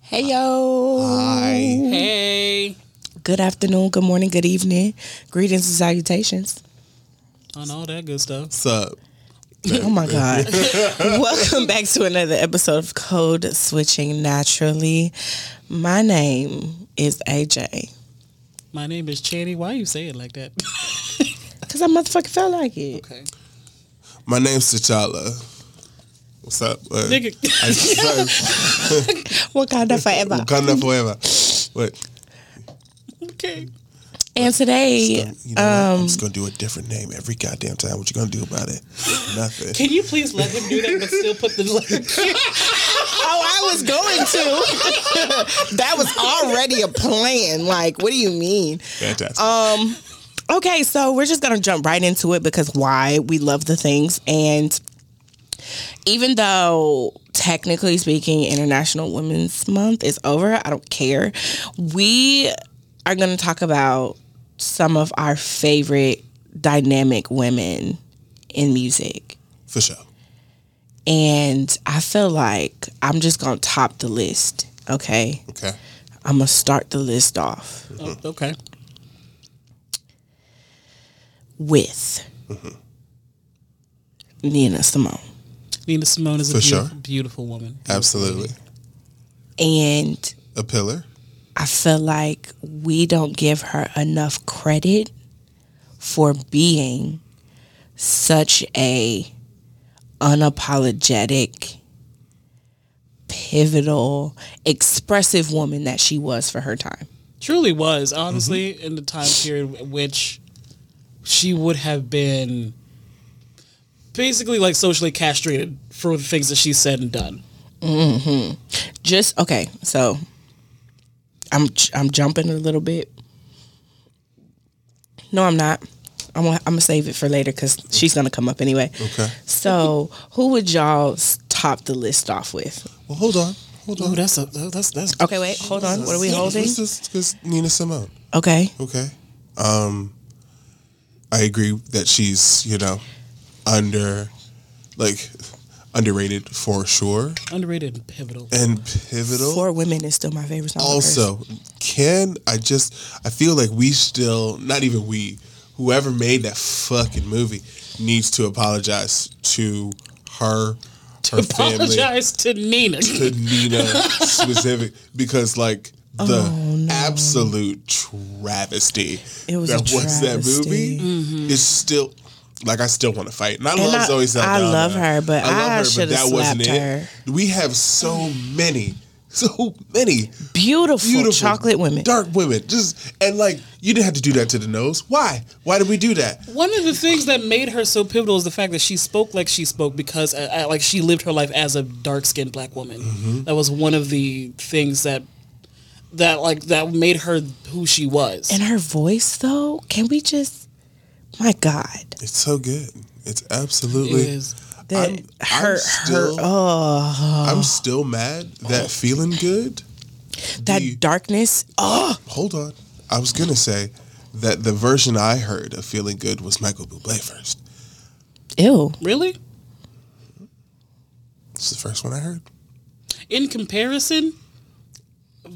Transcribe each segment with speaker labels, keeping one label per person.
Speaker 1: Hey yo.
Speaker 2: Hi.
Speaker 3: Hey.
Speaker 1: Good afternoon, good morning, good evening. Greetings and salutations.
Speaker 3: On all that good stuff.
Speaker 2: What's up?
Speaker 1: oh my God. Welcome back to another episode of Code Switching Naturally. My name is AJ.
Speaker 3: My name is Channy. Why you say it like that?
Speaker 1: Cause I motherfucking felt like it.
Speaker 3: Okay.
Speaker 2: My name's T'Challa. What's up? Uh,
Speaker 3: Nigga.
Speaker 2: I just
Speaker 1: What kind of forever?
Speaker 2: Wakanda forever. Wait.
Speaker 3: okay.
Speaker 1: And today,
Speaker 2: You know what? I'm just
Speaker 1: um,
Speaker 2: gonna do a different name every goddamn time. What you gonna do about it? Nothing.
Speaker 3: Can you please let him do that but still put the
Speaker 1: oh, I was going to. that was already a plan. Like, what do you mean?
Speaker 2: Fantastic.
Speaker 1: uh, Okay, so we're just gonna jump right into it because why we love the things, and even though technically speaking, International Women's Month is over, I don't care. We are gonna talk about some of our favorite dynamic women in music,
Speaker 2: For sure.
Speaker 1: and I feel like I'm just gonna top the list. Okay,
Speaker 2: Okay.
Speaker 1: I'm gonna start the list off
Speaker 3: oh, Okay.
Speaker 1: with Nina Simone.
Speaker 3: Nina Simone is a
Speaker 2: For
Speaker 3: beautiful,
Speaker 2: sure.
Speaker 3: beautiful woman.
Speaker 2: Absolutely.
Speaker 1: and
Speaker 2: A pillar.
Speaker 1: I feel like we don't give her enough credit for being such a unapologetic pivotal expressive woman that she was for her time.
Speaker 3: Truly was, honestly, in the time period in which she would have been basically like socially castrated for the things that she said and done.
Speaker 1: Just okay, so I'm I'm jumping a little bit. No, I'm not. I'm gonna, I'm gonna save it for later because she's gonna come up anyway.
Speaker 2: Okay.
Speaker 1: So, who would y'all s- top the list off with?
Speaker 2: Well, hold on. Hold
Speaker 3: Oh,
Speaker 2: on.
Speaker 3: that's a that's that's
Speaker 1: Okay, wait, hold on. What are we holding?
Speaker 2: This is, this is Nina Simone.
Speaker 1: Okay.
Speaker 2: Okay. Um, I agree that she's you know under, like, underrated for sure
Speaker 3: underrated and pivotal.
Speaker 2: and pivotal.
Speaker 1: Four women is still my favorite song. of hers.
Speaker 2: also can i just i feel like we still not even we whoever made that fucking movie needs to apologize to her her family
Speaker 3: Apologize to Nina.
Speaker 2: to nina specific because like the
Speaker 1: Oh,
Speaker 2: absolute travesty
Speaker 1: It was a
Speaker 2: that was that movie is still like I still want to fight, and I love
Speaker 1: I-
Speaker 2: Zoe Saldana.
Speaker 1: I love her, but I shoulda slapped her.
Speaker 2: it. We have so many, so many
Speaker 1: beautiful,
Speaker 2: beautiful
Speaker 1: chocolate women.
Speaker 2: dark women. Just and like you didn't have to do that to the nose. Why? Why did we do that?
Speaker 3: One of the things that made her so pivotal is the fact that she spoke like she spoke because uh, uh, like she lived her life as a dark skinned black woman. That was one of the things that that like that made her who she was.
Speaker 1: And her voice, though, can we just? My God,
Speaker 2: It's so good. It's
Speaker 3: It
Speaker 2: absolutely.
Speaker 3: is-
Speaker 1: that
Speaker 2: I'm- I'm
Speaker 1: her
Speaker 2: still-
Speaker 1: her oh
Speaker 2: I'm still mad that feeling good.
Speaker 1: that
Speaker 2: the-
Speaker 1: darkness. Oh,
Speaker 2: Hold on. I was gonna say that the version I heard of feeling good was Michael Bublé first.
Speaker 1: ew.
Speaker 3: really
Speaker 2: It's the first one I heard.
Speaker 3: in comparison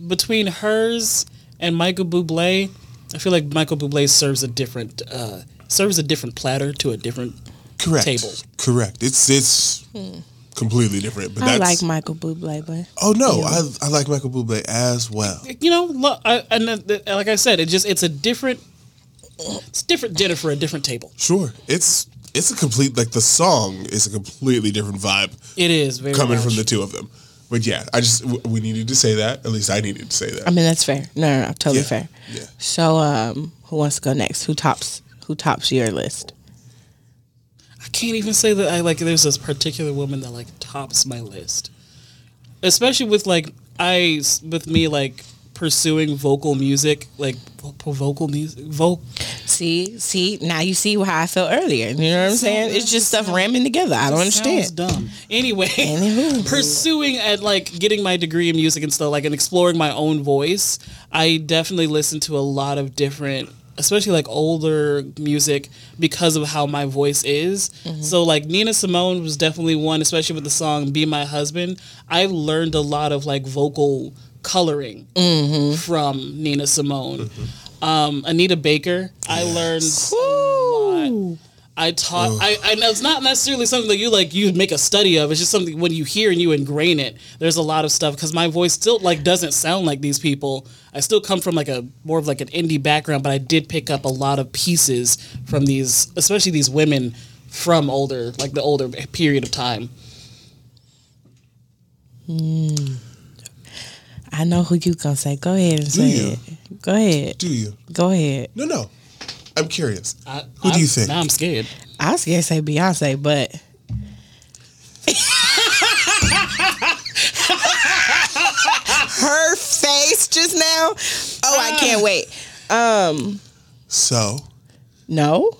Speaker 3: between hers and Michael Bublé, I feel like Michael Bublé serves a different uh, serves a different platter to a different
Speaker 2: Correct.
Speaker 3: Table.
Speaker 2: Correct. It's it's completely different. But
Speaker 1: I
Speaker 2: that's
Speaker 1: like Michael Bublé, but
Speaker 2: oh no, I I like Michael Bublé as well.
Speaker 3: you know, lo- I, and uh, the, the- like I said, it just it's a different, it's different dinner for a different table.
Speaker 2: Sure. It's it's a complete like the song is a completely different vibe
Speaker 3: It is very
Speaker 2: coming
Speaker 3: much.
Speaker 2: from the two of them. But yeah, I just w- we needed to say that. At least I needed to say that.
Speaker 1: I mean that's fair. No, no, no totally
Speaker 2: yeah.
Speaker 1: fair.
Speaker 2: Yeah.
Speaker 1: So, um, who wants to go next? Who tops? Who tops your list?
Speaker 3: I can't even say that I like. There's this particular woman that like tops my list, especially with like I with me like pursuing vocal music, like vo- vocal music, vocal.
Speaker 1: See, see, now you see how I felt earlier. You know what I'm saying? It's just stuff ramming together. I don't
Speaker 3: Sounds
Speaker 1: understand.
Speaker 3: dumb. Anyway,
Speaker 1: Anywho.
Speaker 3: pursuing at like getting my degree in music and stuff, like and exploring my own voice, I definitely listen to a lot of different, especially like older music because of how my voice is. So like Nina Simone was definitely one, especially with the song "Be My Husband." I learned a lot of like vocal coloring from Nina Simone. Um, Anita Baker, I learned.
Speaker 1: Ooh.
Speaker 3: I taught. I, I know it's not necessarily something that you like. You make a study of. It's just something when you hear and you ingrain it. There's a lot of stuff because my voice still like doesn't sound like these people. I still come from like a more of like an indie background, but I did pick up a lot of pieces from these, especially these women from older, like the older period of time.
Speaker 1: I know who you gonna say. Go ahead and say
Speaker 2: you?
Speaker 1: it. Go ahead.
Speaker 2: Do you?
Speaker 1: Go ahead.
Speaker 2: No, no. I'm curious.
Speaker 3: I,
Speaker 2: Who do
Speaker 3: I'm-
Speaker 2: you think?
Speaker 3: Now I'm scared.
Speaker 1: I was gonna say Beyonce, but her face just now. Oh, I can't wait.
Speaker 2: So
Speaker 1: No,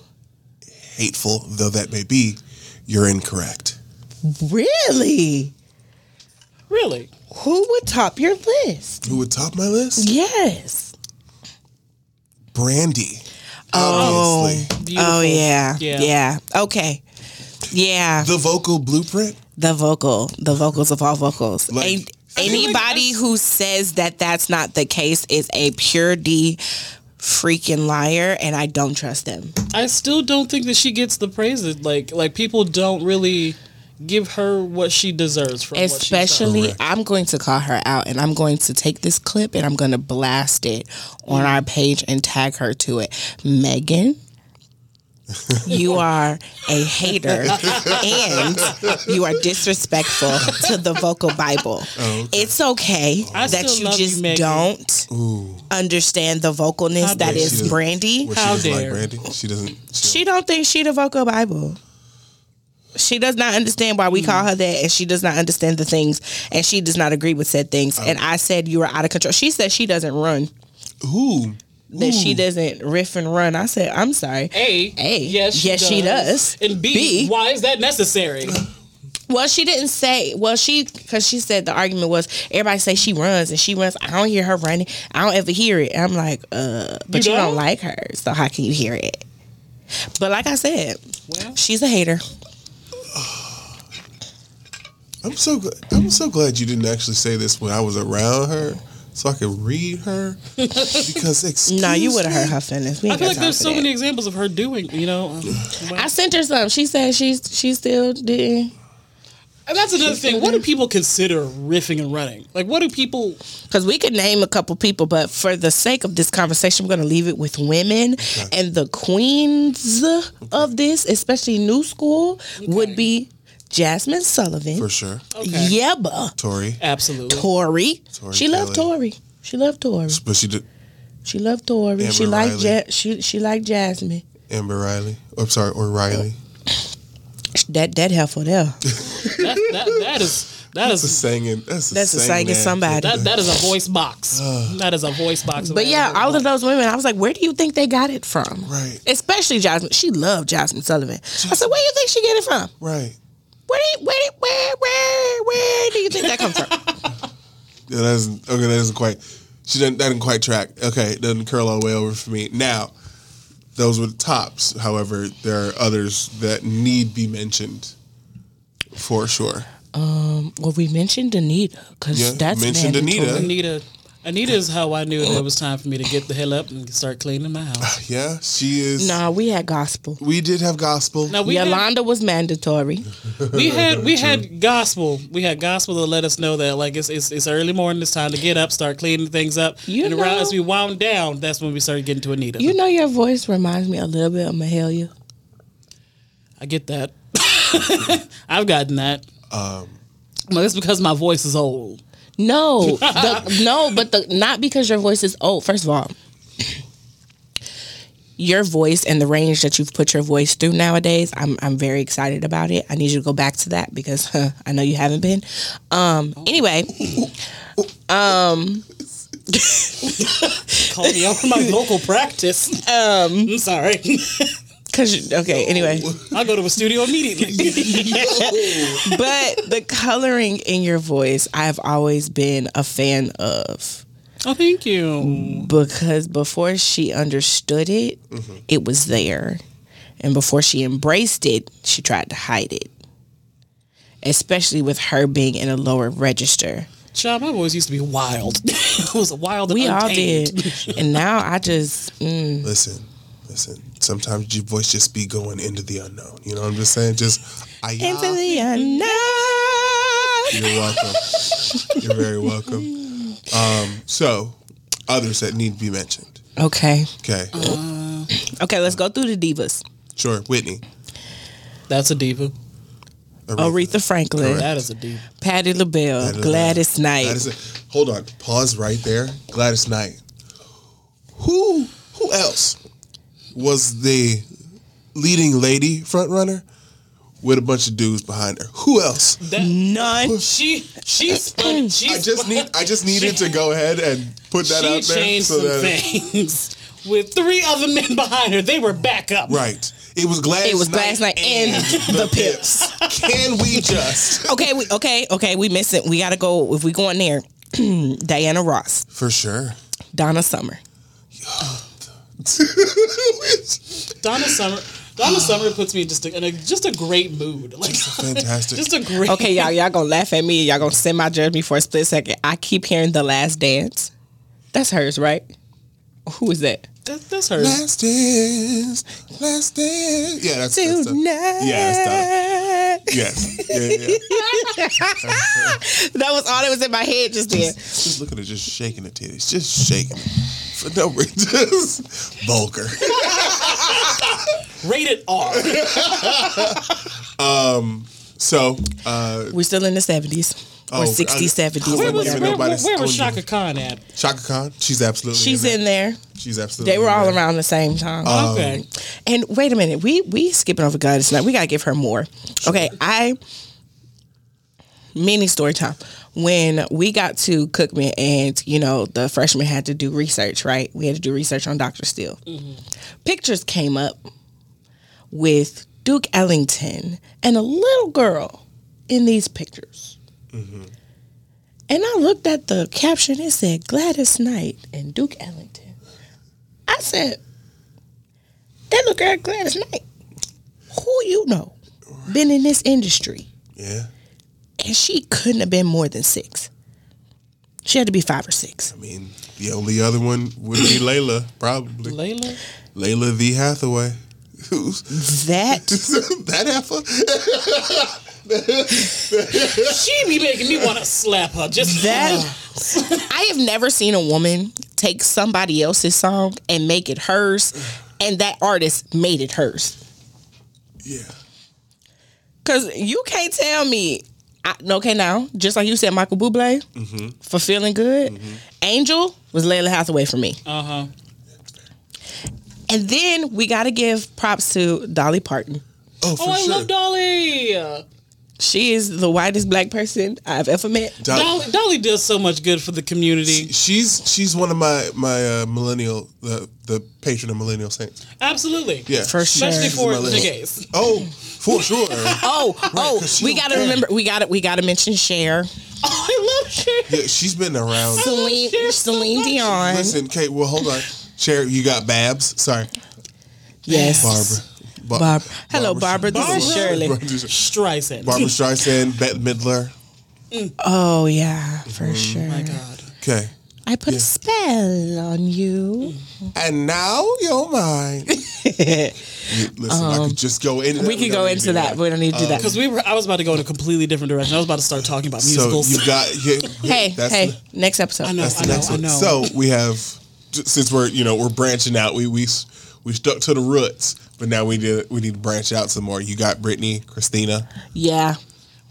Speaker 2: hateful though that may be, you're incorrect.
Speaker 1: really?
Speaker 3: Really?
Speaker 1: Who would top your list?
Speaker 2: Who would top my list?
Speaker 1: Yes.
Speaker 2: Brandy. Obviously.
Speaker 3: Beautiful.
Speaker 1: Oh yeah.
Speaker 3: Yeah.
Speaker 1: yeah. Okay. Yeah.
Speaker 2: The vocal blueprint.
Speaker 1: The vocal, the vocals of all vocals.
Speaker 2: Like-
Speaker 1: An-
Speaker 3: I feel like
Speaker 1: anybody
Speaker 3: that's-
Speaker 1: who says that that's not the case is a pure D freaking liar, and I don't trust them.
Speaker 3: I still don't think that she gets the praise that like like people don't really give her what she deserves from what she's done.
Speaker 1: Especially,
Speaker 2: Correct.
Speaker 1: I'm going to call her out, and I'm going to take this clip and I'm going to blast it on our page and tag her to it. Megan. You are a hater and you are disrespectful to the vocal Bible. It's okay
Speaker 3: I
Speaker 1: that
Speaker 3: still
Speaker 1: you
Speaker 3: love you,
Speaker 1: just
Speaker 3: Megan.
Speaker 1: don't
Speaker 2: Ooh.
Speaker 1: understand the vocalness that
Speaker 3: dare
Speaker 1: is
Speaker 2: you.
Speaker 1: Brandy.
Speaker 2: Well,
Speaker 3: How
Speaker 2: she doesn't like
Speaker 3: dare.
Speaker 2: Brandy. She doesn't. She,
Speaker 1: She don't think she the vocal Bible. She does not understand why we call
Speaker 3: Hmm.
Speaker 1: her that, and she does not understand the things, and she does not agree with said things.
Speaker 3: Oh.
Speaker 1: and I said you are out of control. She said she doesn't run,
Speaker 2: who?
Speaker 1: that she doesn't riff and run. I said I'm sorry.
Speaker 3: A.
Speaker 1: A,
Speaker 3: Yes, she
Speaker 1: yes,
Speaker 3: does.
Speaker 1: she does.
Speaker 3: And B,
Speaker 1: B.
Speaker 3: Why is that necessary?
Speaker 1: Well, she didn't say. Well, she because she said the argument was everybody say she runs and she runs. I don't hear her running. I don't ever hear it. I'm like, uh, but
Speaker 3: You
Speaker 1: you, don't?
Speaker 3: don't?
Speaker 1: like her, so how can you hear it? But like I said,
Speaker 3: Well.
Speaker 1: she's a hater.
Speaker 2: I'm so gl- I'm so glad you didn't actually say this when I was around her, so I could read her. Because excuse
Speaker 1: No, you would have
Speaker 2: me,
Speaker 1: hurt her feelings. We
Speaker 3: I
Speaker 1: ain't
Speaker 3: feel
Speaker 1: got
Speaker 3: like
Speaker 1: time
Speaker 3: there's
Speaker 1: for
Speaker 3: so
Speaker 1: that.
Speaker 3: many examples of her doing. You know, um, well,
Speaker 1: I sent her some. She said she's she still didn't
Speaker 3: and that's another thing. What do people consider riffing and running? Like, what do people?
Speaker 1: because we could name a couple people, but for the sake of this conversation, we're going to leave it with women and the queens of this, especially new school, would be Jasmine Sullivan.
Speaker 2: for sure.
Speaker 3: Okay.
Speaker 1: Yeba.
Speaker 2: Tori,
Speaker 3: Absolutely.
Speaker 1: Tori.
Speaker 2: Tori
Speaker 1: She loved
Speaker 2: Kelly.
Speaker 1: Tori. She loved Tori.
Speaker 2: but she did
Speaker 1: She loved Tori.
Speaker 2: Amber
Speaker 1: she liked
Speaker 2: Riley.
Speaker 1: ja- she she liked Jasmine.
Speaker 2: Amber Riley. Or I'm sorry, or Riley.
Speaker 1: That that helpful there.
Speaker 3: That, that, that is that
Speaker 2: That's a
Speaker 3: is
Speaker 2: singing. That's a
Speaker 1: That's a
Speaker 2: singing
Speaker 1: singing
Speaker 2: ass.
Speaker 1: somebody.
Speaker 3: that, that is a voice box. that is a voice box.
Speaker 1: But yeah, all of those women, I was like, where do you think they got it from?
Speaker 2: Right.
Speaker 1: Especially Jasmine. She loved Jasmine Sullivan. I said, where do you think she get it from?
Speaker 2: Right.
Speaker 1: Where, do you- where, do- where, where, where do you think that comes from?
Speaker 2: Yeah, that doesn't. Okay, that doesn't quite. She doesn't. That doesn't quite track. Okay, it doesn't curl all the way over for me. Now, those were the tops. However, there are others that need be mentioned for sure.
Speaker 1: well, we mentioned Anita because
Speaker 2: Yeah,
Speaker 1: that's
Speaker 2: mentioned
Speaker 1: mandatory.
Speaker 2: Anita.
Speaker 3: Anita. Anita is how I knew that it was time for me to get the hell up and start cleaning my house.
Speaker 2: Yeah, she is.
Speaker 1: Nah, we had gospel.
Speaker 2: We did have gospel.
Speaker 3: Now we had-
Speaker 1: Yolanda was mandatory.
Speaker 3: we had we had gospel. We had gospel to let us know that like it's it's, it's early morning. It's time to get up, start cleaning things up.
Speaker 1: You
Speaker 3: and around
Speaker 1: know-
Speaker 3: as we wound down, that's when we started getting to Anita.
Speaker 1: You know, your voice reminds me a little bit of Mahalia.
Speaker 3: I get that. I've gotten that. Um, but it's because my voice is old.
Speaker 1: No, the, no, but the not because your voice is old. First of all, your voice and the range that you've put your voice through nowadays, I'm I'm very excited about it. I need you to go back to that because huh, I know you haven't been. Um, anyway,
Speaker 3: Call me out for my vocal practice. Um, I'm sorry.
Speaker 1: because okay, anyway,
Speaker 3: I'll go to a studio immediately.
Speaker 1: but the coloring in your voice, I've always been a fan of.
Speaker 3: oh, thank you.
Speaker 1: because before she understood it, it was there. And before she embraced it, she tried to hide it. Especially with her being in a lower register.
Speaker 3: Child, my voice used to be wild. it was wild and
Speaker 1: We all
Speaker 3: untamed.
Speaker 1: did, and now I just mm.
Speaker 2: Listen, listen. Sometimes your voice just be going into the unknown. You know what I'm just saying? Just I.
Speaker 1: into the unknown.
Speaker 2: You're welcome. You're very welcome. Um, so, others that need to be mentioned.
Speaker 1: Okay,
Speaker 2: Okay,
Speaker 1: okay, let's go through the divas.
Speaker 2: sure. Whitney,
Speaker 3: That's a diva.
Speaker 1: Oh, Aretha Franklin,
Speaker 2: Correct.
Speaker 3: That is a diva.
Speaker 1: Patti LaBelle,
Speaker 2: Gladys-
Speaker 1: Gladys Knight.
Speaker 2: Gladys, hold on. Pause right there. Gladys Knight. Who? Who else was the leading lady front runner with a bunch of dudes behind her? Who else?
Speaker 3: That,
Speaker 1: Mm. None.
Speaker 3: she she spun. She
Speaker 2: I just
Speaker 3: spun-
Speaker 2: need. I just needed to go ahead and put that
Speaker 3: she
Speaker 2: out there.
Speaker 3: changed some
Speaker 2: that,
Speaker 3: things with three other men behind her. They were back up.
Speaker 2: right. It was Gladys.
Speaker 1: It was
Speaker 2: Knight
Speaker 1: Gladys Knight and the Pips.
Speaker 2: Can we just?
Speaker 1: Okay, we, okay, okay. We missing. We gotta go. If we going there, Diana Ross,
Speaker 2: For sure.
Speaker 1: Donna Summer.
Speaker 3: Donna Summer. Donna Summer puts me in just a, in a just a great mood. Like
Speaker 2: Fantastic.
Speaker 3: just a great.
Speaker 1: Okay, y'all, y'all gonna laugh at me. Y'all gonna send my judgment for a split second. I keep hearing the Last Dance. That's hers, right? Who is that?
Speaker 3: That, that's her.
Speaker 2: Last dance, last dance. Yeah, that's, that's the-
Speaker 1: Tonight.
Speaker 2: Yeah, yes. Yeah, yeah, yeah.
Speaker 1: That was all that was in my head just then.
Speaker 2: Just looking at her, just shaking the titties, just shaking it. for no reason. Just vulgar.
Speaker 3: Rated R.
Speaker 2: So uh,
Speaker 1: We're still in the seventies
Speaker 2: Oh,
Speaker 1: or
Speaker 2: I-
Speaker 1: 60s, 70s,
Speaker 3: Where
Speaker 1: or
Speaker 2: Wait,
Speaker 3: was
Speaker 2: wait,
Speaker 1: whatever.
Speaker 3: where, where,
Speaker 2: nobody's
Speaker 3: where was
Speaker 2: on you.
Speaker 3: Shaka Khan at?
Speaker 2: Chaka Khan, she's absolutely.
Speaker 1: She's
Speaker 2: there.
Speaker 1: in there.
Speaker 2: She's absolutely.
Speaker 1: They were
Speaker 2: in
Speaker 1: all
Speaker 2: there.
Speaker 1: around the same time.
Speaker 2: Oh, Um,
Speaker 3: okay.
Speaker 1: And wait a minute, we we skipping over Gladys Knight. We gotta give her more. Okay, I mini story time. When we got to Cookman, and you know the freshmen had to do research, right? We had to do research on Doctor Steele. Pictures came up with Duke Ellington and a little girl in these pictures. And I looked at the caption. It said Gladys Knight and Duke Ellington. I said, that little girl Gladys Knight, who you know, been in this industry,
Speaker 2: Yeah,
Speaker 1: and she couldn't have been more than six. She had to be five or six.
Speaker 2: I mean, the only other one would be Layla, probably.
Speaker 3: Layla.
Speaker 2: Layla V. Hathaway. Who's
Speaker 1: That
Speaker 2: that heifer?
Speaker 3: She be making me want to slap her. Just
Speaker 1: that I have never seen a woman take somebody else's song and make it hers, and that artist made it hers.
Speaker 2: Yeah.
Speaker 1: Cause you can't tell me. I, okay, now just like you said, Michael buble for feeling good. Angel was Layla Hathaway for me.
Speaker 3: Uh huh.
Speaker 1: And then we got to give props to Dolly Parton.
Speaker 2: Oh, for
Speaker 3: Oh, I
Speaker 2: sure. Uh,
Speaker 3: love Dolly.
Speaker 1: She is the whitest black person I've ever met.
Speaker 2: Dol-
Speaker 3: Dolly. Dolly does so much good for the community.
Speaker 2: She's she's one of my my uh, millennial the the patron of millennial saints.
Speaker 3: Absolutely.
Speaker 2: Yeah,
Speaker 1: For
Speaker 2: she's
Speaker 1: sure.
Speaker 3: Especially for
Speaker 2: my
Speaker 3: the
Speaker 2: list.
Speaker 3: gays.
Speaker 2: Oh, for sure.
Speaker 1: Oh, oh,
Speaker 2: 'cause she
Speaker 1: we
Speaker 2: don't
Speaker 1: gotta
Speaker 2: care.
Speaker 1: remember. We gotta, we gotta mention Cher,
Speaker 3: Oh, I love Cher.
Speaker 2: Yeah, she's been around.
Speaker 1: Celine,
Speaker 3: Cher so
Speaker 1: Celine
Speaker 3: much.
Speaker 1: Dion.
Speaker 2: Listen, Kate. Well, hold on. Cher, you got Babs. Sorry,
Speaker 1: yes,
Speaker 2: Barbara. Ba-
Speaker 1: Barb. Hello, Barbara.
Speaker 2: Streisand.
Speaker 1: This is Shirley.
Speaker 3: Streisand.
Speaker 2: Barbara Streisand, Bette Midler.
Speaker 1: Oh yeah, for sure.
Speaker 3: My
Speaker 2: Mm.
Speaker 3: God.
Speaker 2: Okay.
Speaker 1: I put a spell on you.
Speaker 2: And now you're mine. You- Listen, I could just go into. That.
Speaker 1: Um, We could go
Speaker 2: don't need
Speaker 1: into
Speaker 2: to do
Speaker 1: that. but We don't need to do that.
Speaker 3: Because we were, I was about to go in a completely different direction. I was about to start talking about
Speaker 2: So
Speaker 3: musicals.
Speaker 2: you got. Yeah, yeah,
Speaker 1: Hey,
Speaker 2: that's
Speaker 1: hey,
Speaker 2: the-
Speaker 1: next episode.
Speaker 3: I know,
Speaker 2: That's
Speaker 3: I
Speaker 2: the
Speaker 3: know,
Speaker 2: next
Speaker 3: I
Speaker 2: one.
Speaker 3: know.
Speaker 2: So we have, since we're you know we're branching out, we we we stuck to the roots, but now we did we need to branch out some more. You got Brittany, Christina.
Speaker 1: Yeah,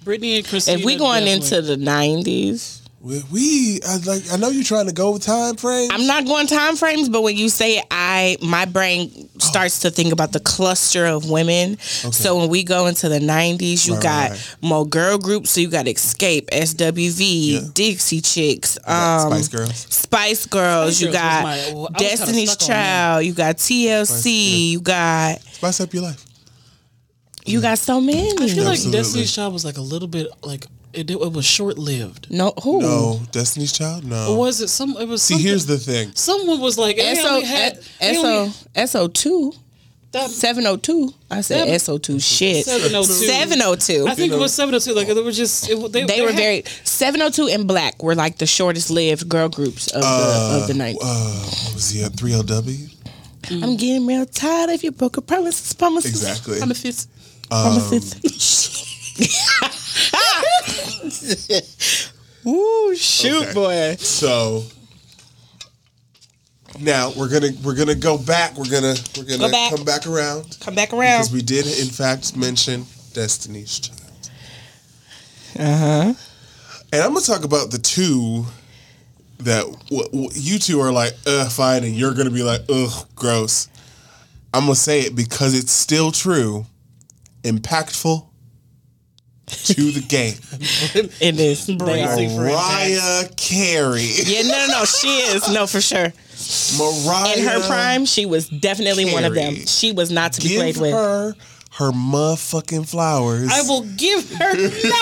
Speaker 3: Brittany and Christina.
Speaker 1: if we going
Speaker 3: definitely.
Speaker 1: into the nineties,
Speaker 2: We, we I like I know you're trying to go with time frame.
Speaker 1: I'm not going time frames, but when you say it, I, my brain starts to think about the cluster of women. So when we go into the 90s, you
Speaker 2: Right,
Speaker 1: got
Speaker 2: right, right.
Speaker 1: more girl groups. So you got Escape, SWV,
Speaker 2: Yeah.
Speaker 1: Dixie Chicks,
Speaker 2: Yeah,
Speaker 1: um,
Speaker 2: Spice
Speaker 1: Spice,
Speaker 2: Girls.
Speaker 1: Girls.
Speaker 3: Spice
Speaker 1: you
Speaker 3: Girls was
Speaker 1: got
Speaker 3: my- well, I was kinda
Speaker 1: Destiny's
Speaker 3: stuck on them.
Speaker 1: Child. You got TLC. You got
Speaker 2: Spice up your life. Mm-hmm.
Speaker 1: you got so many.
Speaker 3: I feel like
Speaker 2: Absolutely.
Speaker 3: Destiny's Child was like a little bit like it, it was short lived.
Speaker 1: no who
Speaker 2: No, Destiny's Child. No.
Speaker 3: Was it some? It was.
Speaker 2: See, here's the thing.
Speaker 3: someone was like, hey,
Speaker 1: SO
Speaker 3: had,
Speaker 1: SO SO two.
Speaker 3: That,
Speaker 1: 702. I said
Speaker 3: Seven-
Speaker 1: SO2 shit.
Speaker 3: 702.
Speaker 1: 702.
Speaker 3: I think it was seven or two. Like it was just it, they,
Speaker 1: they were
Speaker 3: had-
Speaker 1: very 702 and Black were like the shortest lived girl groups of the of the night.
Speaker 2: Uh, what was he at? 3LW?
Speaker 1: I'm getting real tired of your broken promises, promises,
Speaker 2: Exactly. Um,
Speaker 3: I'm a fist.
Speaker 1: promises. Woo, shoot,
Speaker 2: Okay.
Speaker 1: boy.
Speaker 2: So now we're gonna we're gonna go back. We're gonna we're gonna
Speaker 1: Go back.
Speaker 2: come back around
Speaker 1: Come back
Speaker 2: because
Speaker 1: around.
Speaker 2: we did in fact mention Destiny's Child. Uh
Speaker 1: Uh-huh.
Speaker 2: huh. And I'm gonna talk about the two that w- w- you two are like ugh fine, and you're gonna be like ugh gross. I'm gonna say it because it's still true, impactful to the game.
Speaker 1: It is. They are.
Speaker 3: Bracing for impact.
Speaker 2: Mariah Carey.
Speaker 1: Yeah, no, no, no. She is. No, for sure.
Speaker 2: Mariah
Speaker 1: In her prime, she was definitely one of them.
Speaker 2: Carey.
Speaker 1: She was not to be
Speaker 2: give
Speaker 1: played with.
Speaker 2: her her motherfucking flowers.
Speaker 3: I will give her nothing.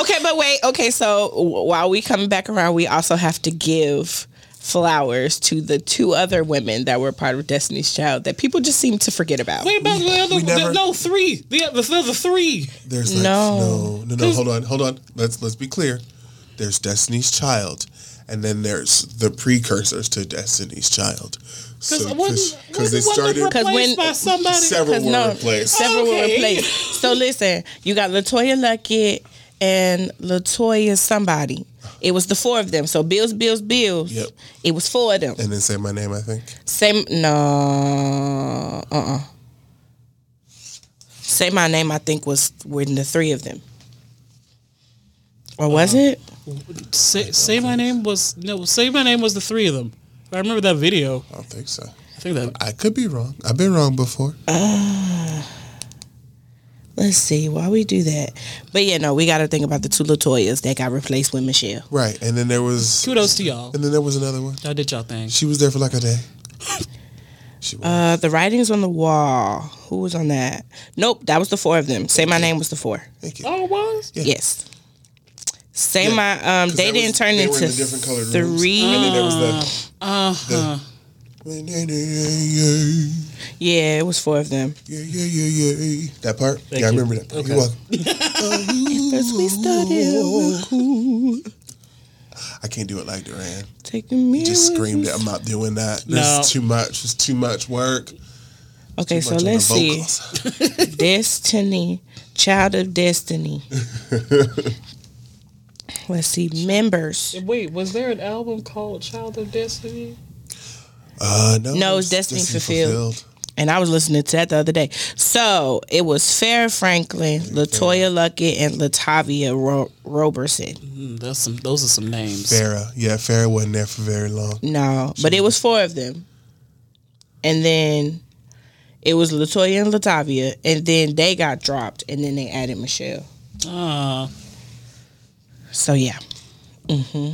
Speaker 1: okay, but wait. Okay, so w- while we come back around, we also have to give flowers to the two other women that were part of Destiny's Child that people just seem to forget about.
Speaker 3: Wait, but the other,
Speaker 2: We never-
Speaker 3: the, no three. The, the, the, the three.
Speaker 2: There's like
Speaker 1: No.
Speaker 2: no, no, no, Hold on, hold on. Let's let's be clear. There's Destiny's Child, and then there's the precursors to Destiny's Child.
Speaker 3: Because
Speaker 2: So-
Speaker 3: they
Speaker 2: they started.
Speaker 1: Because when-
Speaker 3: by somebody.
Speaker 2: Several were
Speaker 1: no,
Speaker 2: replaced.
Speaker 1: several were
Speaker 3: Okay.
Speaker 1: replaced. So listen, you got Latoya Luckett and Latoya somebody. It was the four of them. So Bills, Bills, Bills.
Speaker 2: Yep.
Speaker 1: It was four of them.
Speaker 2: and then say my name. I think
Speaker 1: Say no. Uh. uh Say my name. I think was when the three of them. Or was
Speaker 2: Uh-huh.
Speaker 1: it?
Speaker 3: Say, say my name was no. Say my name was the three of them. I remember that video.
Speaker 2: I don't think so.
Speaker 3: I think that
Speaker 2: I could be wrong. I've been wrong before.
Speaker 1: Let's see why we do that. But yeah, no, we got to think about the two Latoyas that got replaced with Michelle.
Speaker 2: right, and then there was,
Speaker 3: kudos to y'all.
Speaker 2: and then there was another one.
Speaker 3: Y'all did y'all thing.
Speaker 2: She was there for like a day. She was.
Speaker 1: Uh, the writings on the wall. Who was on that? Nope, that was the four of them. Say my name was the four.
Speaker 2: Thank you.
Speaker 3: Oh, it was.
Speaker 2: Yeah.
Speaker 1: Yes. Say
Speaker 2: Yeah,
Speaker 1: my um.
Speaker 2: 'cause
Speaker 1: They
Speaker 2: that
Speaker 1: didn't
Speaker 2: was-
Speaker 1: turn
Speaker 2: they were
Speaker 1: into
Speaker 2: in the different colored rooms.
Speaker 1: three. Uh,
Speaker 2: And then there was the. Uh-huh.
Speaker 1: Yeah, it was four of them.
Speaker 2: Yeah, yeah, yeah, yeah. That part? yeah, I
Speaker 3: you.
Speaker 2: remember that. Part.
Speaker 3: Okay.
Speaker 2: You're welcome.
Speaker 1: First we started cool.
Speaker 2: I can't do it like Duran.
Speaker 1: Taking me.
Speaker 2: Just
Speaker 1: with
Speaker 2: screamed
Speaker 1: you.
Speaker 2: it. I'm not doing that. This
Speaker 3: No.
Speaker 2: is too much. It's too much work.
Speaker 1: Okay,
Speaker 2: Too
Speaker 1: so
Speaker 2: much on the
Speaker 1: let's see.
Speaker 2: vocals.
Speaker 1: Destiny, Child of Destiny. let's see. Members.
Speaker 3: Wait, was there an album called Child of Destiny?
Speaker 2: Uh, no,
Speaker 1: No, it's
Speaker 2: it's
Speaker 1: Destiny Fulfilled. And I was listening to that the other day. So it was Farrah Franklin, Latoya Luckett, and Latavia Ro- Roberson.
Speaker 3: Mm, that's some. Those are some names.
Speaker 2: Farrah. Yeah, Farrah wasn't there for very long.
Speaker 1: No, but it was four of them. And then it was Latoya and Latavia. And then they got dropped. And then they added Michelle.
Speaker 3: Ah,
Speaker 1: So yeah. Mm-hmm.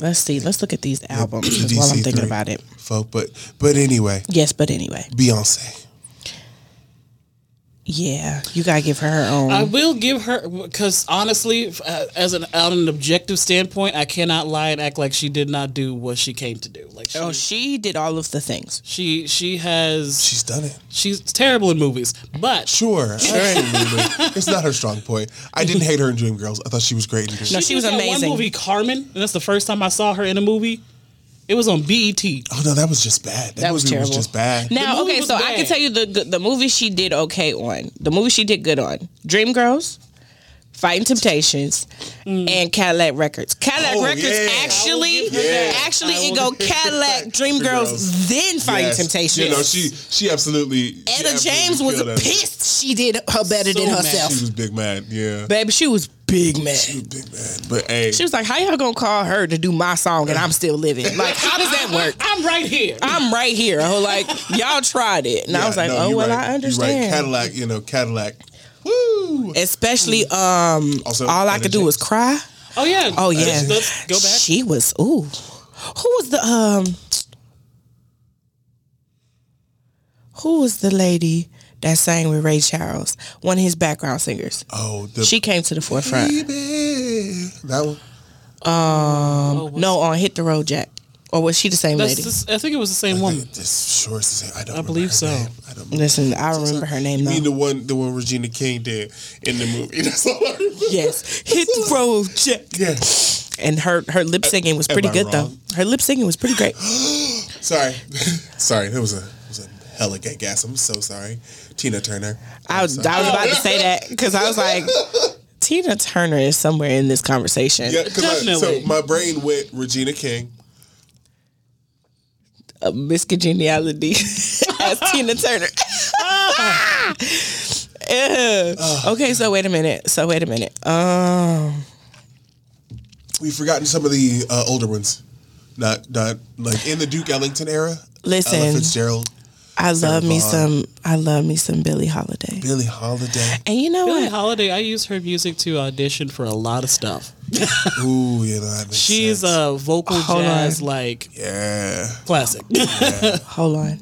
Speaker 1: Let's see. Let's look at these albums 'cause while I'm thinking
Speaker 2: DC3.
Speaker 1: about it.
Speaker 2: Folk, but but anyway,
Speaker 1: Yes, but anyway.
Speaker 2: Beyonce.
Speaker 1: Yeah, you gotta give her her own.
Speaker 3: I will give her because honestly, f- uh, as an out an objective standpoint, I cannot lie and act like she did not do what she came to do. Like she,
Speaker 1: oh, she did all of the things.
Speaker 3: she, she has.
Speaker 2: She's done it.
Speaker 3: She's terrible in movies, but
Speaker 2: Sure. I ain't really- it's not her strong point. I didn't hate her in Dreamgirls. I thought she was great in Dreamgirls.
Speaker 1: No, she
Speaker 3: did
Speaker 1: was
Speaker 3: that
Speaker 1: amazing.
Speaker 3: One movie, Carmen, and that's the first time I saw her in a movie. It was on E BET.
Speaker 2: Oh no, that was just bad. That,
Speaker 1: That was
Speaker 2: movie was
Speaker 1: terrible.
Speaker 2: just bad.
Speaker 1: Now,
Speaker 3: movie
Speaker 1: okay,
Speaker 3: was
Speaker 1: so I can
Speaker 3: bad.
Speaker 1: tell you the good- the movie she did okay on. The movie she did good on. Dreamgirls, Fighting Temptations, and Cadillac Records. Cadillac
Speaker 2: Oh,
Speaker 1: Records
Speaker 2: yeah.
Speaker 3: Mm. I
Speaker 1: actually
Speaker 3: will give her that.
Speaker 1: actually
Speaker 3: I
Speaker 1: it go
Speaker 3: will
Speaker 1: Cadillac Dreamgirls
Speaker 2: Dreamgirls.
Speaker 1: then Fighting
Speaker 2: Yes.
Speaker 1: Temptations.
Speaker 2: You know, she she absolutely. she
Speaker 1: Etta
Speaker 2: absolutely
Speaker 1: James was
Speaker 2: killed that.
Speaker 1: pissed she did her better
Speaker 3: So
Speaker 1: than
Speaker 3: mad.
Speaker 1: herself.
Speaker 2: She was big mad. Yeah.
Speaker 1: Baby, she was big mad.
Speaker 2: She was big mad. But hey,
Speaker 1: She was like, "How y'all gonna call her to do my song and I'm still living? Like, how does that work?
Speaker 3: I'm right here.
Speaker 1: I'm right here." I was like, "Y'all tried it," and I
Speaker 2: yeah,
Speaker 1: was like,
Speaker 2: no,
Speaker 1: "Oh
Speaker 2: you're
Speaker 1: well,
Speaker 2: right.
Speaker 1: I
Speaker 2: You're right.
Speaker 1: understand."
Speaker 2: Cadillac, you know, Cadillac. Woo!
Speaker 1: Especially, um,
Speaker 2: Mm-hmm. Also,
Speaker 1: all I
Speaker 2: Etta
Speaker 1: could do was
Speaker 2: James.
Speaker 1: cry.
Speaker 3: Oh yeah.
Speaker 1: Oh yeah,
Speaker 3: Let's, let's go back.
Speaker 1: She was ooh. Who was the um? Who was the lady that sang with Ray Charles? One of his background singers.
Speaker 2: Oh, the
Speaker 1: She came to the forefront.
Speaker 2: baby. That one.
Speaker 3: Oh,
Speaker 1: No, on Hit the Road Jack. Or was she the same
Speaker 3: That's
Speaker 1: lady?
Speaker 3: just- I think it was the same
Speaker 2: Woman.
Speaker 3: woman.
Speaker 2: This sure is the same. I don't.
Speaker 3: I
Speaker 2: remember
Speaker 3: believe
Speaker 2: her
Speaker 3: so.
Speaker 2: name. I don't remember.
Speaker 1: Listen, I remember her name
Speaker 2: You mean the
Speaker 1: though.
Speaker 2: one, the one Regina King did in the movie? That's all. I remember.
Speaker 1: Yes, hit the road, Jack.
Speaker 2: Yeah.
Speaker 1: And her her lip singing was
Speaker 2: am
Speaker 1: pretty
Speaker 2: I
Speaker 1: good
Speaker 2: wrong?
Speaker 1: though. Her lip singing was pretty great.
Speaker 2: Sorry. sorry. That was a it was a hella gay gas. I'm so sorry. Tina Turner.
Speaker 1: I was, I was about to say that because I was like, Tina Turner is somewhere in this conversation.
Speaker 2: Yeah, 'cause I- so
Speaker 3: Definitely.
Speaker 2: my brain went Regina King.
Speaker 1: a miscongeniality as Tina Turner. Ew. okay, so wait a minute. So wait a minute. Um,
Speaker 2: We've forgotten some of the uh, older ones. Not not like in the Duke Ellington era. Ella
Speaker 1: listen,
Speaker 2: Fitzgerald,
Speaker 1: I love me
Speaker 2: Vaughn.
Speaker 1: some. I love me some Billie Holiday.
Speaker 2: Billie Holiday.
Speaker 1: And you know
Speaker 3: Billie
Speaker 1: what?
Speaker 3: Holiday, I use her music to audition for a lot of stuff.
Speaker 2: Ooh, yeah, that makes
Speaker 3: She's
Speaker 2: sense.
Speaker 3: a vocal
Speaker 1: Hold on.
Speaker 3: jazz like
Speaker 2: yeah.
Speaker 3: classic.
Speaker 1: Hold on,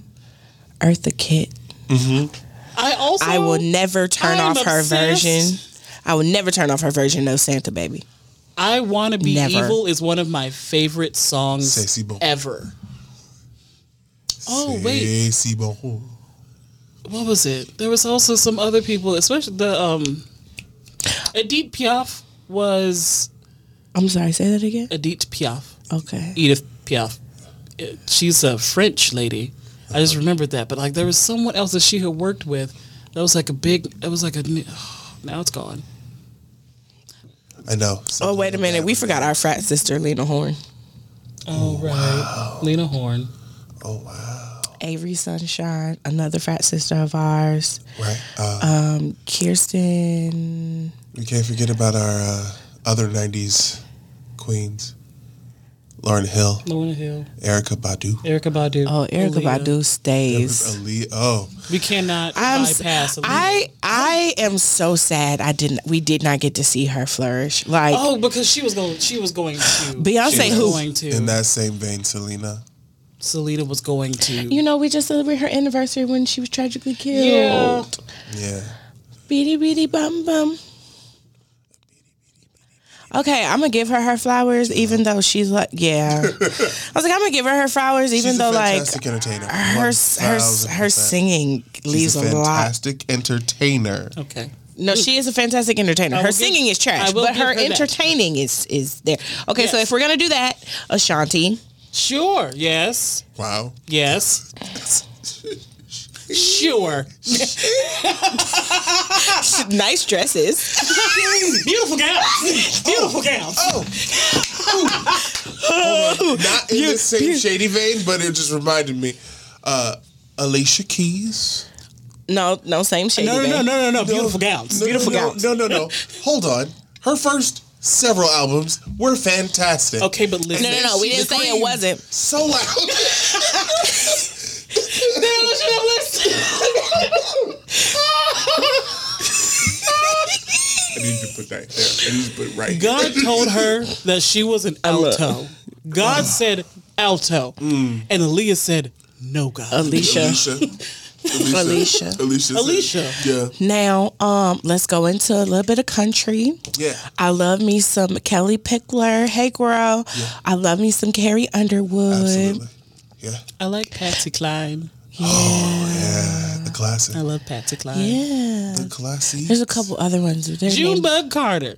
Speaker 1: Eartha Kitt.
Speaker 3: I also
Speaker 1: I will never turn
Speaker 3: I'm
Speaker 1: off her
Speaker 3: obsessed.
Speaker 1: version. I will never turn off her version of Santa Baby.
Speaker 3: I Wanna Be
Speaker 1: Never.
Speaker 3: Evil is one of my favorite songs
Speaker 2: Sexy boy.
Speaker 3: ever. Oh wait,
Speaker 2: Sexy boy.
Speaker 3: what was it? There was also some other people, especially the um Edith Piaf was
Speaker 1: I'm sorry. Say that again.
Speaker 3: Edith Piaf.
Speaker 1: Okay.
Speaker 3: Edith Piaf. Uh, She's a French lady. I just remembered that. But like there was someone else that she had worked with that was like a big it was like a now it's gone.
Speaker 2: I know.
Speaker 1: Oh wait a minute. We forgot our frat sister Lena Horne,
Speaker 3: Oh right. Lena Horne.
Speaker 2: Oh wow.
Speaker 1: Avery Sunshine, another frat sister of ours.
Speaker 2: Right. Uh,
Speaker 1: um, Kirsten.
Speaker 2: we can't forget about our uh, other '90s queens, Lauren Hill,
Speaker 3: Lorna Hill.
Speaker 2: Erica Badu.
Speaker 3: Erica Badu.
Speaker 1: Oh, Erica
Speaker 3: Aaliyah.
Speaker 1: Badu stays.
Speaker 2: Ali. Oh,
Speaker 3: We cannot
Speaker 1: I'm, s-
Speaker 3: bypass Aaliyah.
Speaker 1: I I am so sad. I didn't. We did not get to see her flourish. Like
Speaker 3: Oh, because she was going she was going to
Speaker 1: Beyonce
Speaker 3: she was
Speaker 1: who?
Speaker 3: going to
Speaker 2: in that same vein, Selena.
Speaker 3: Salita was going to
Speaker 1: you know, we just celebrated her anniversary when she was tragically killed.
Speaker 3: Yeah.
Speaker 2: Yeah.
Speaker 1: Beady beady bum bum. Okay, I'm gonna give her her flowers, even though she's like, yeah. I was like, I'm gonna give her her flowers, even
Speaker 2: She's
Speaker 1: though
Speaker 2: a
Speaker 1: like
Speaker 2: fantastic entertainer.
Speaker 1: her her her
Speaker 2: 1000%.
Speaker 1: singing leaves
Speaker 2: She's
Speaker 1: a
Speaker 2: a
Speaker 1: lot
Speaker 2: fantastic entertainer.
Speaker 3: Okay.
Speaker 1: No, she is a fantastic entertainer.
Speaker 3: will
Speaker 1: Her
Speaker 3: give-
Speaker 1: singing is
Speaker 3: I
Speaker 1: trash,
Speaker 3: will
Speaker 1: but
Speaker 3: give
Speaker 1: her,
Speaker 3: her that.
Speaker 1: entertaining is is there. Okay, so
Speaker 3: Yes.
Speaker 1: if we're gonna do that, Ashanti,
Speaker 3: Sure. Yes.
Speaker 2: Wow.
Speaker 3: Yes. Sure.
Speaker 1: nice dresses.
Speaker 3: Beautiful gowns. Beautiful gowns.
Speaker 2: Not in the same shady vein, but it just reminded me. Uh, Alicia Keys.
Speaker 1: No, no, same shade.
Speaker 3: No, no, no, no, no, no. Beautiful gowns.
Speaker 2: No,
Speaker 3: Beautiful
Speaker 2: no, no,
Speaker 3: gowns.
Speaker 2: No, no, no. Hold on. Her first several albums were fantastic.
Speaker 3: Okay, but listen.
Speaker 1: no, no, no. We didn't say it wasn't.
Speaker 2: So loud. I need you to put that there. I need you to put it right. here.
Speaker 3: God told her that she was an
Speaker 1: love-
Speaker 3: alto. God said alto, and Aaliyah said no. God.
Speaker 1: Alicia.
Speaker 2: Alicia. Alicia.
Speaker 1: Alicia.
Speaker 2: Alicia.
Speaker 3: Alicia.
Speaker 2: Yeah.
Speaker 1: Now, um, let's go into a little bit of country.
Speaker 2: Yeah.
Speaker 1: I love me some Kelly Pickler. Hey, girl. I love me some Carrie Underwood.
Speaker 2: Absolutely. Yeah.
Speaker 3: I like Patsy Cline.
Speaker 2: Yeah. A classic.
Speaker 3: I love Patsy Cline.
Speaker 1: Yeah.
Speaker 2: A classic.
Speaker 1: There's a couple other ones. Their names-
Speaker 3: Junebug Carter.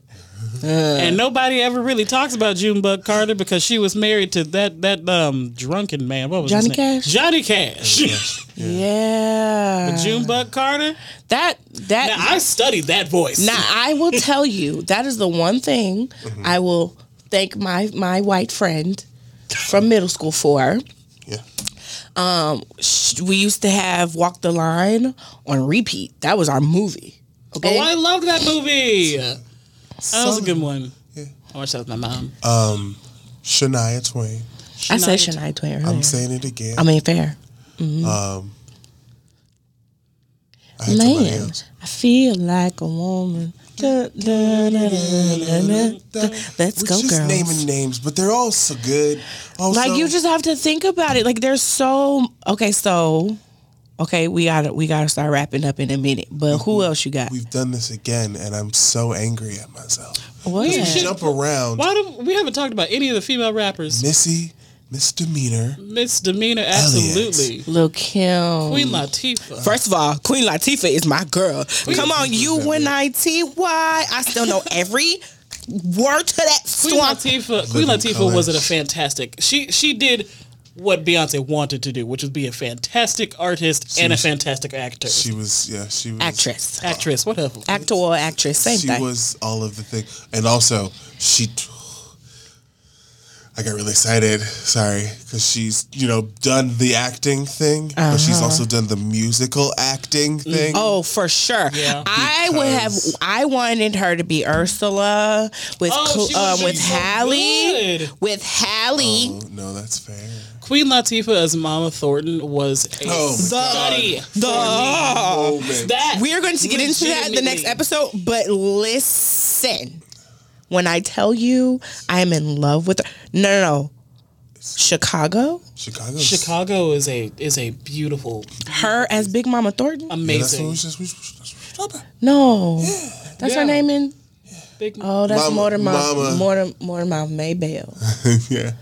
Speaker 3: and nobody ever really talks about Junebug Carter because she was married to that that um drunken man. What was his
Speaker 1: Johnny
Speaker 3: name?
Speaker 1: Cash?
Speaker 3: Johnny Cash.
Speaker 1: Yeah.
Speaker 3: Junebug Carter.
Speaker 1: That that
Speaker 3: Now I studied that voice.
Speaker 1: Now I will tell you that is the one thing
Speaker 2: Mm-hmm.
Speaker 1: I will thank my my white friend from middle school for.
Speaker 2: Yeah.
Speaker 1: Sh- We used to have Walk the Line on repeat. That was our movie. Okay.
Speaker 3: Oh, I loved that movie. That was a good one.
Speaker 2: Yeah.
Speaker 3: I watched that with my mom.
Speaker 2: Um, Shania Twain.
Speaker 1: I said
Speaker 3: Shania-
Speaker 1: Shania Twain
Speaker 2: I'm
Speaker 1: earlier.
Speaker 2: saying it again.
Speaker 1: I mean, fair.
Speaker 2: um, I had somebody
Speaker 1: Man,
Speaker 2: else.
Speaker 1: I feel like a woman. Da- da- da- da- da- da- da. Let's
Speaker 2: We're
Speaker 1: go,
Speaker 2: just
Speaker 1: girls.
Speaker 2: naming names, but they're all so good. Also,
Speaker 1: like you just have to think about it like there's so okay so okay we gotta we gotta start wrapping up in a minute but who else you got
Speaker 2: we've done this again, and I'm so angry at myself.
Speaker 1: what
Speaker 2: Jump around,
Speaker 3: Why do we haven't talked about any of the female rappers?
Speaker 2: Missy misdemeanor.
Speaker 3: Misdemeanor, absolutely.
Speaker 1: Lil Kim.
Speaker 3: Queen
Speaker 2: Mm.
Speaker 3: Latifah.
Speaker 1: First of all, Queen Latifah is my girl. Come on, you and I T Y. I still know every word to that
Speaker 3: Queen
Speaker 1: song.
Speaker 3: Latifah. Queen
Speaker 2: Living
Speaker 3: Latifah was
Speaker 2: colours.
Speaker 3: a fantastic. She she did what Beyonce wanted to do, which was be a fantastic artist and a
Speaker 2: was-
Speaker 3: fantastic actor,
Speaker 2: She was yeah. She was
Speaker 1: Actress,
Speaker 3: actress, whatever.
Speaker 1: actor, or actress, same
Speaker 2: she
Speaker 1: thing.
Speaker 2: was all of the thing, and also she. T- I got really excited. Sorry, because she's you know done the acting thing, but she's also done the musical acting thing.
Speaker 1: Oh, for sure.
Speaker 3: Yeah.
Speaker 1: I would have.
Speaker 2: Because-
Speaker 1: I wanted her to be Ursula with
Speaker 3: Oh,
Speaker 1: Cl-
Speaker 3: she
Speaker 1: uh,
Speaker 3: would've
Speaker 1: with
Speaker 3: been so
Speaker 1: Hallie.
Speaker 3: good.
Speaker 1: With Hallie,
Speaker 2: Oh, no, that's fair.
Speaker 3: Queen Latifah as Mama Thornton was a
Speaker 2: Oh my
Speaker 3: study.
Speaker 1: the
Speaker 2: Oh, man.
Speaker 3: That
Speaker 1: we are going to get into that in the next
Speaker 3: legitimately-
Speaker 1: episode. But listen, when I tell you I am in love with her, no, no, no. Chicago,
Speaker 2: Chicago.
Speaker 3: Chicago is a is a beautiful,
Speaker 1: her as Big Mama Thornton.
Speaker 2: That's what
Speaker 3: amazing.
Speaker 2: we should. We should that's what we should-
Speaker 1: No, that's her
Speaker 3: Yeah.
Speaker 1: name in.
Speaker 3: big,
Speaker 1: Oh, that's
Speaker 2: Mama-
Speaker 1: Mortimer,
Speaker 2: Mama.
Speaker 1: Mortimer, Mortimer Maybell.
Speaker 2: yeah.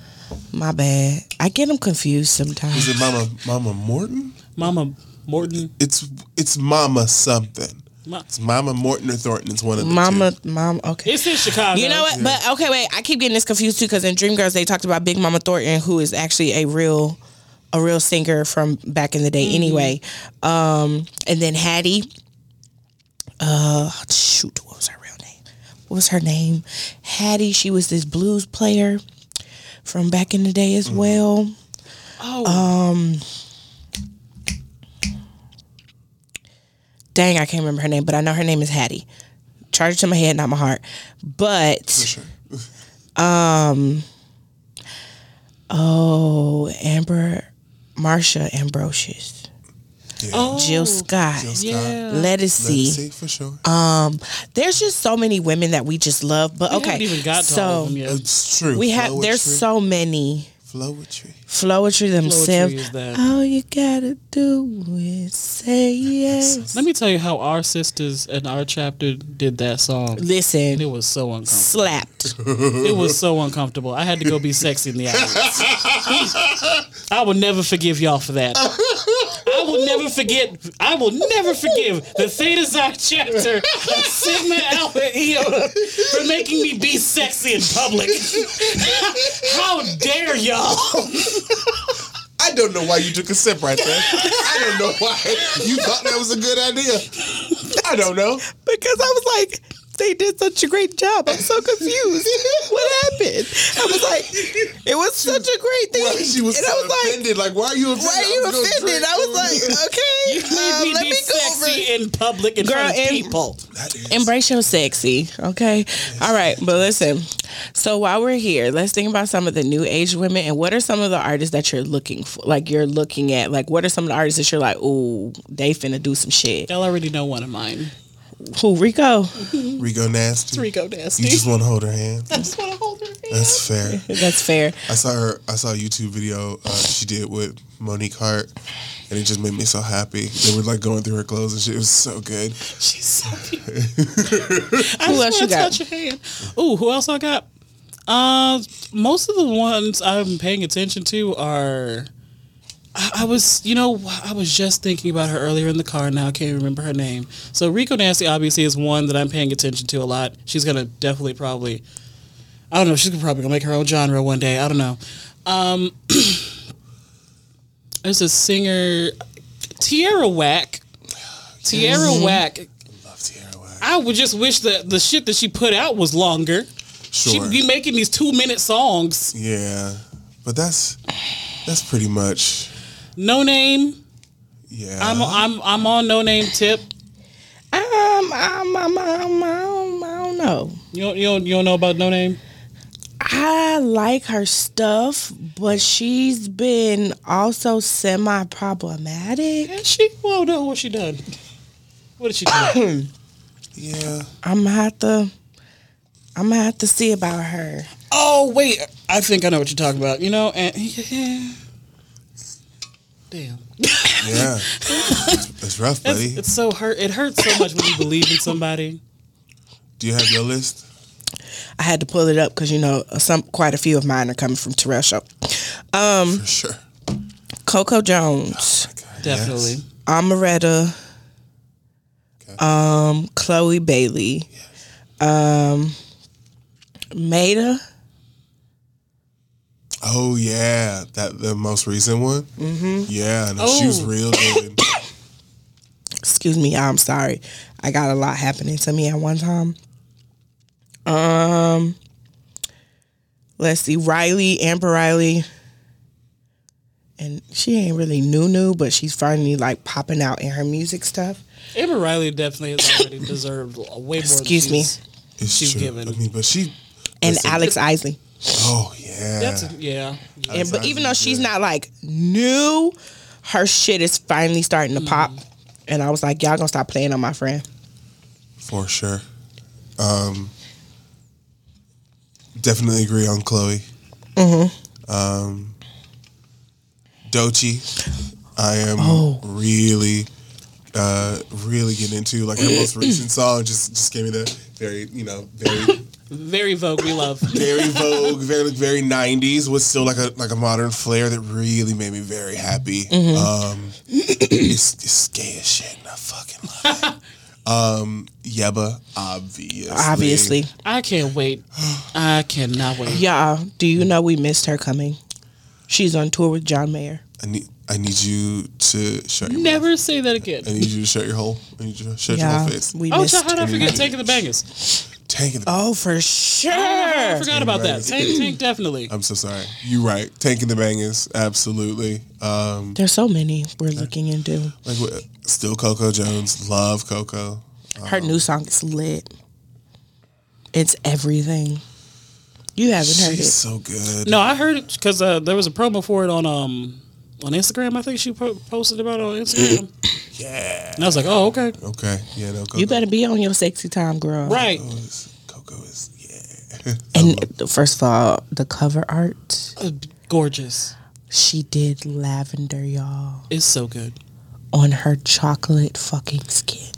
Speaker 1: My bad. I get them confused sometimes.
Speaker 2: Is it Mama Mama Morton?
Speaker 3: Mama Morton.
Speaker 2: It's it's Mama something.
Speaker 3: Ma-
Speaker 2: It's Mama Morton or Thornton. It's one of the
Speaker 1: Mama,
Speaker 2: two.
Speaker 1: mom, okay.
Speaker 3: It's in Chicago.
Speaker 1: You know what? But okay, wait. I keep getting this confused too because in Dreamgirls they talked about Big Mama Thornton, who is actually a real, a real singer from back in the day. Anyway, um, and then Hattie. Uh, shoot, what was her real name? What was her name? Hattie. She was this blues player from back in the day as well.
Speaker 3: Mm-hmm.
Speaker 1: Um,
Speaker 3: Oh,
Speaker 1: dang, I can't remember her name, but I know her name is Hattie. Charge to my head, not my heart. But
Speaker 2: Sure.
Speaker 1: oh, Amber, Marsha Ambrosius,
Speaker 2: Yeah.
Speaker 3: oh,
Speaker 1: Jill Scott,
Speaker 2: Jill Scott.
Speaker 3: yeah.
Speaker 1: Letticy.
Speaker 2: Let's see for sure.
Speaker 1: Um, there's just so many women that we just love. But
Speaker 3: We
Speaker 1: okay,
Speaker 3: haven't even got to
Speaker 1: so
Speaker 3: all of them yet.
Speaker 2: it's true.
Speaker 1: we have.
Speaker 2: Floetry.
Speaker 1: There's so many
Speaker 2: Flowetry.
Speaker 1: flowetry themselves.
Speaker 3: is that-
Speaker 1: All you gotta do is say yes.
Speaker 3: Let me tell you how our sisters and our chapter did that song. It
Speaker 1: Listen,
Speaker 3: was so uncomfortable.
Speaker 1: slapped.
Speaker 3: It was so uncomfortable. I had to go be sexy in the audience. I will never forgive y'all for that. I will never forget. I will never forgive the Theta Zach chapter of Sigma Alpha Iota for making me be sexy in public. How dare y'all?
Speaker 2: I don't know why you took a sip right there. I don't know why you thought that was a good idea. I don't know.
Speaker 1: because I was like, they did such a great job. I'm so confused. what happened? I was like, it was such a great thing.
Speaker 2: Why she was
Speaker 1: and I
Speaker 2: so
Speaker 1: was like,
Speaker 2: offended. Like, why are you offended?
Speaker 1: why are you
Speaker 2: I'm gonna
Speaker 1: offended?
Speaker 2: drink.
Speaker 1: I was like, okay,
Speaker 3: Made
Speaker 1: um,
Speaker 3: me
Speaker 1: let
Speaker 3: be
Speaker 1: me go over.
Speaker 3: sexy in public in
Speaker 1: Girl,
Speaker 3: front of
Speaker 1: and-
Speaker 3: people.
Speaker 2: uh, That is-
Speaker 1: Embrace your sexy, okay? All right, but listen. So while we're here, let's think about some of the new age women and what are some of the artists that you're looking for? Like you're looking at, like what are some of the artists that you're like, ooh, they finna do some shit?
Speaker 3: Y'all already know one of mine.
Speaker 1: Who Rico?
Speaker 2: Rico nasty.
Speaker 3: Rico
Speaker 2: You
Speaker 3: Nasty.
Speaker 2: just want to hold her hand.
Speaker 3: I just want to hold her hand.
Speaker 2: That's fair.
Speaker 1: That's fair.
Speaker 2: I saw her. I saw a YouTube video uh, she did with Monique Hart, and it just made me so happy. They were like going through her clothes and shit. It was so good.
Speaker 3: She's so cute.
Speaker 1: Who
Speaker 3: I just
Speaker 1: else
Speaker 3: want
Speaker 1: you
Speaker 3: to
Speaker 1: got?
Speaker 3: touch your hand. Ooh, who else I got? Uh, most of the ones I'm paying attention to are. I, I was, you know, I was just thinking about her earlier in the car. Now I can't remember her name. So Rico Nasty obviously is one that I'm paying attention to a lot. She's gonna definitely probably. I don't know. She's probably gonna make her own genre one day. I don't know. Um, there's a singer, Tierra Whack. Tierra
Speaker 1: Mm-hmm.
Speaker 3: Whack
Speaker 2: Love Tierra Whack.
Speaker 3: I would just wish that the shit that she put out was longer.
Speaker 2: Sure.
Speaker 3: She'd be making these two minute songs.
Speaker 2: yeah, but that's that's pretty much.
Speaker 3: No name.
Speaker 2: Yeah.
Speaker 3: I'm I'm I'm on no name tip.
Speaker 1: Um, I'm, I'm, I'm, I'm, I don't, I don't know.
Speaker 3: You don't you don't, you don't know about no name?
Speaker 1: I like her stuff, but she's been also semi problematic.
Speaker 3: And she well no what she done. What did she do?
Speaker 2: yeah.
Speaker 1: I'm gonna have to, I'm gonna have to see about her.
Speaker 3: oh wait, I think I know what you're talking about. You know and yeah. Damn.
Speaker 2: Yeah. That's rough,
Speaker 3: That's,
Speaker 2: buddy.
Speaker 3: it's so hurt. It hurts so much when you believe in somebody.
Speaker 2: Do you have your list?
Speaker 1: I had to pull it up because you know some quite a few of mine are coming from Terrell Show.
Speaker 2: for sure.
Speaker 1: Coco Jones,
Speaker 3: Definitely.
Speaker 1: Amaretta, um, Chloe Bailey, um, Maida.
Speaker 2: Oh yeah, that the most recent one. Mm-hmm. Yeah, no, she was
Speaker 3: Oh.
Speaker 2: real good.
Speaker 1: Excuse me, I'm sorry. I got a lot happening to me at one time. Um, let's see, Riley, Amber Riley, and she ain't really new new, but she's finally like popping out in her music stuff.
Speaker 3: Amber Riley definitely has already deserved way more.
Speaker 1: Excuse
Speaker 3: than
Speaker 1: me.
Speaker 3: she's-
Speaker 2: It's
Speaker 3: She's
Speaker 2: true.
Speaker 3: given.
Speaker 2: I mean, but she.
Speaker 1: And
Speaker 2: listen,
Speaker 1: Alex Isley.
Speaker 2: Oh yeah.
Speaker 3: That's yeah. yeah.
Speaker 1: And, but
Speaker 2: Isley
Speaker 1: even
Speaker 2: is
Speaker 1: though she's
Speaker 2: good.
Speaker 1: not like new, her shit is finally starting
Speaker 3: Mm.
Speaker 1: to pop. And I was like, y'all gonna stop playing on my friend.
Speaker 2: For sure. Um, definitely agree on Chloe. Mm-hmm. Um, Dochi, I am really, uh, really getting into like her most recent song. Just, just gave me the very, you know, very,
Speaker 3: Very Vogue. We love.
Speaker 2: very Vogue, very, very '90s with still like a like a modern flair that really made me very happy.
Speaker 1: Mm-hmm.
Speaker 2: Um, it's, it's gay as shit, and I fucking love it. Um, Yeba, obviously.
Speaker 1: Obviously.
Speaker 3: I can't wait. I cannot wait.
Speaker 1: Y'all, do you know we missed her coming? She's on tour with John Mayer.
Speaker 2: I need I need you to shut your mouth.
Speaker 3: Never say that again.
Speaker 2: I need you to shut your whole. I need you to shut your
Speaker 1: Yeah,
Speaker 2: whole face.
Speaker 1: we
Speaker 3: Oh,
Speaker 1: missed.
Speaker 3: so how did I forget Tank of the Bangers?
Speaker 2: Tank in the.
Speaker 1: oh, for sure.
Speaker 3: I forgot about
Speaker 2: Right.
Speaker 3: that. Tank, Tank definitely.
Speaker 2: I'm so sorry. You right. Tank in the bangers. Absolutely. Um,
Speaker 1: There's so many we're looking into.
Speaker 2: like what- still Coco Jones. Love Coco. Uh-huh.
Speaker 1: Her new song is lit. It's everything. You haven't heard
Speaker 2: She's
Speaker 1: it.
Speaker 2: so good.
Speaker 3: No, I heard it because uh, there was a promo for it on um on Instagram. I think she po- posted about it on Instagram. yeah. And I was like, oh, okay,
Speaker 2: Okay. Yeah. No. Coco.
Speaker 1: You better be on your sexy time, girl.
Speaker 3: right.
Speaker 2: is- Coco is yeah.
Speaker 1: And uh, first of all, the cover art,
Speaker 3: Uh, gorgeous.
Speaker 1: she did lavender, y'all,
Speaker 3: It's so good.
Speaker 1: on her chocolate fucking skin.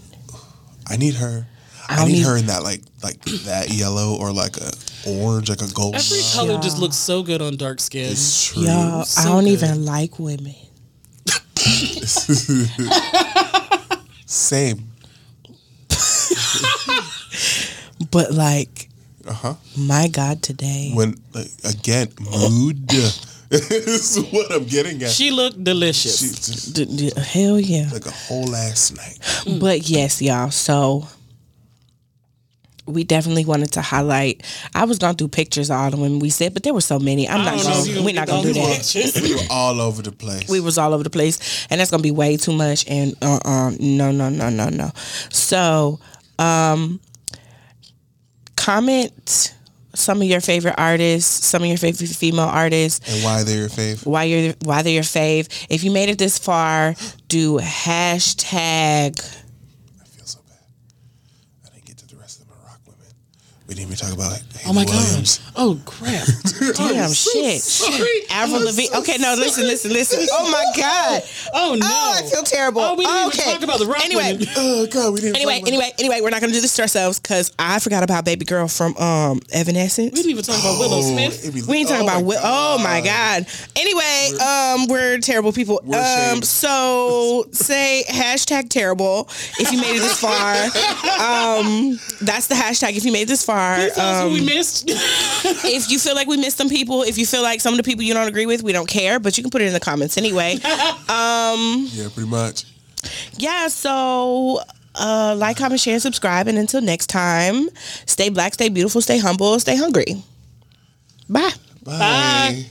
Speaker 2: I need her. I,
Speaker 1: don't
Speaker 2: need,
Speaker 1: need-
Speaker 2: her in that like like that yellow or like a orange, like a gold.
Speaker 3: Every color just looks so good on dark skin.
Speaker 2: It's true.
Speaker 1: Y'all,
Speaker 3: So
Speaker 1: I don't
Speaker 3: good.
Speaker 1: even like women.
Speaker 2: Same.
Speaker 1: But like,
Speaker 2: Uh huh.
Speaker 1: my God, today.
Speaker 2: When like, again mood is what I'm getting at.
Speaker 3: She looked delicious.
Speaker 2: She's just
Speaker 1: D- d- hell yeah. Mm.
Speaker 2: like a whole ass night.
Speaker 1: But yes, y'all. So we definitely wanted to highlight. I was going through pictures of all the women we said, but there were so many. I'm
Speaker 3: I
Speaker 1: not
Speaker 3: don't know if
Speaker 1: going.
Speaker 3: you gonna
Speaker 1: We're
Speaker 3: get
Speaker 1: not going to do
Speaker 3: those
Speaker 1: that.
Speaker 3: pictures.
Speaker 2: We were all over the place.
Speaker 1: We was all over the place, and that's going to be way too much. And uh, uh no, no, no, no, no. So, um, comment some of your favorite artists, some of your favorite female artists
Speaker 2: and why they're your fave?
Speaker 1: why you're why they're your fave. If you made it this far, do hashtag
Speaker 2: I feel so bad. I didn't get to the rest of the rock women. We didn't even talk about like Haley
Speaker 3: Oh my
Speaker 2: Williams.
Speaker 3: god. Oh crap.
Speaker 1: damn Oh, shit. Avril Lavigne. Okay, no, listen, listen, listen. Oh my god.
Speaker 3: Oh no.
Speaker 1: Oh, I feel terrible.
Speaker 3: Oh, we didn't
Speaker 1: okay.
Speaker 3: even talk about the rock.
Speaker 1: Anyway,
Speaker 3: women.
Speaker 2: Oh god, we didn't.
Speaker 1: Anyway,
Speaker 2: talk about-
Speaker 1: anyway, anyway, we're not gonna do this to ourselves because I forgot about Baby Girl from um
Speaker 3: we
Speaker 1: Evanescence.
Speaker 3: didn't even talk about Willow
Speaker 2: Oh,
Speaker 3: Smith.
Speaker 2: it'd be-
Speaker 1: We ain't talking
Speaker 2: oh
Speaker 1: about
Speaker 2: my
Speaker 1: Will. Oh my
Speaker 2: God.
Speaker 1: God. Anyway, um, we're terrible people.
Speaker 2: We're
Speaker 1: um,
Speaker 2: ashamed.
Speaker 1: so say hashtag terrible if you made it this far. um, that's the hashtag if you made it this far.
Speaker 3: Tell us
Speaker 1: Um,
Speaker 3: who we missed.
Speaker 1: if you feel like we missed some people, if you feel like some of the people you don't agree with, we don't care, but you can put it in the comments anyway.
Speaker 2: Yeah, pretty much.
Speaker 1: yeah, so uh, like, comment, share, and subscribe. And until next time, stay black, stay beautiful, stay humble, stay hungry. Bye.
Speaker 2: Bye.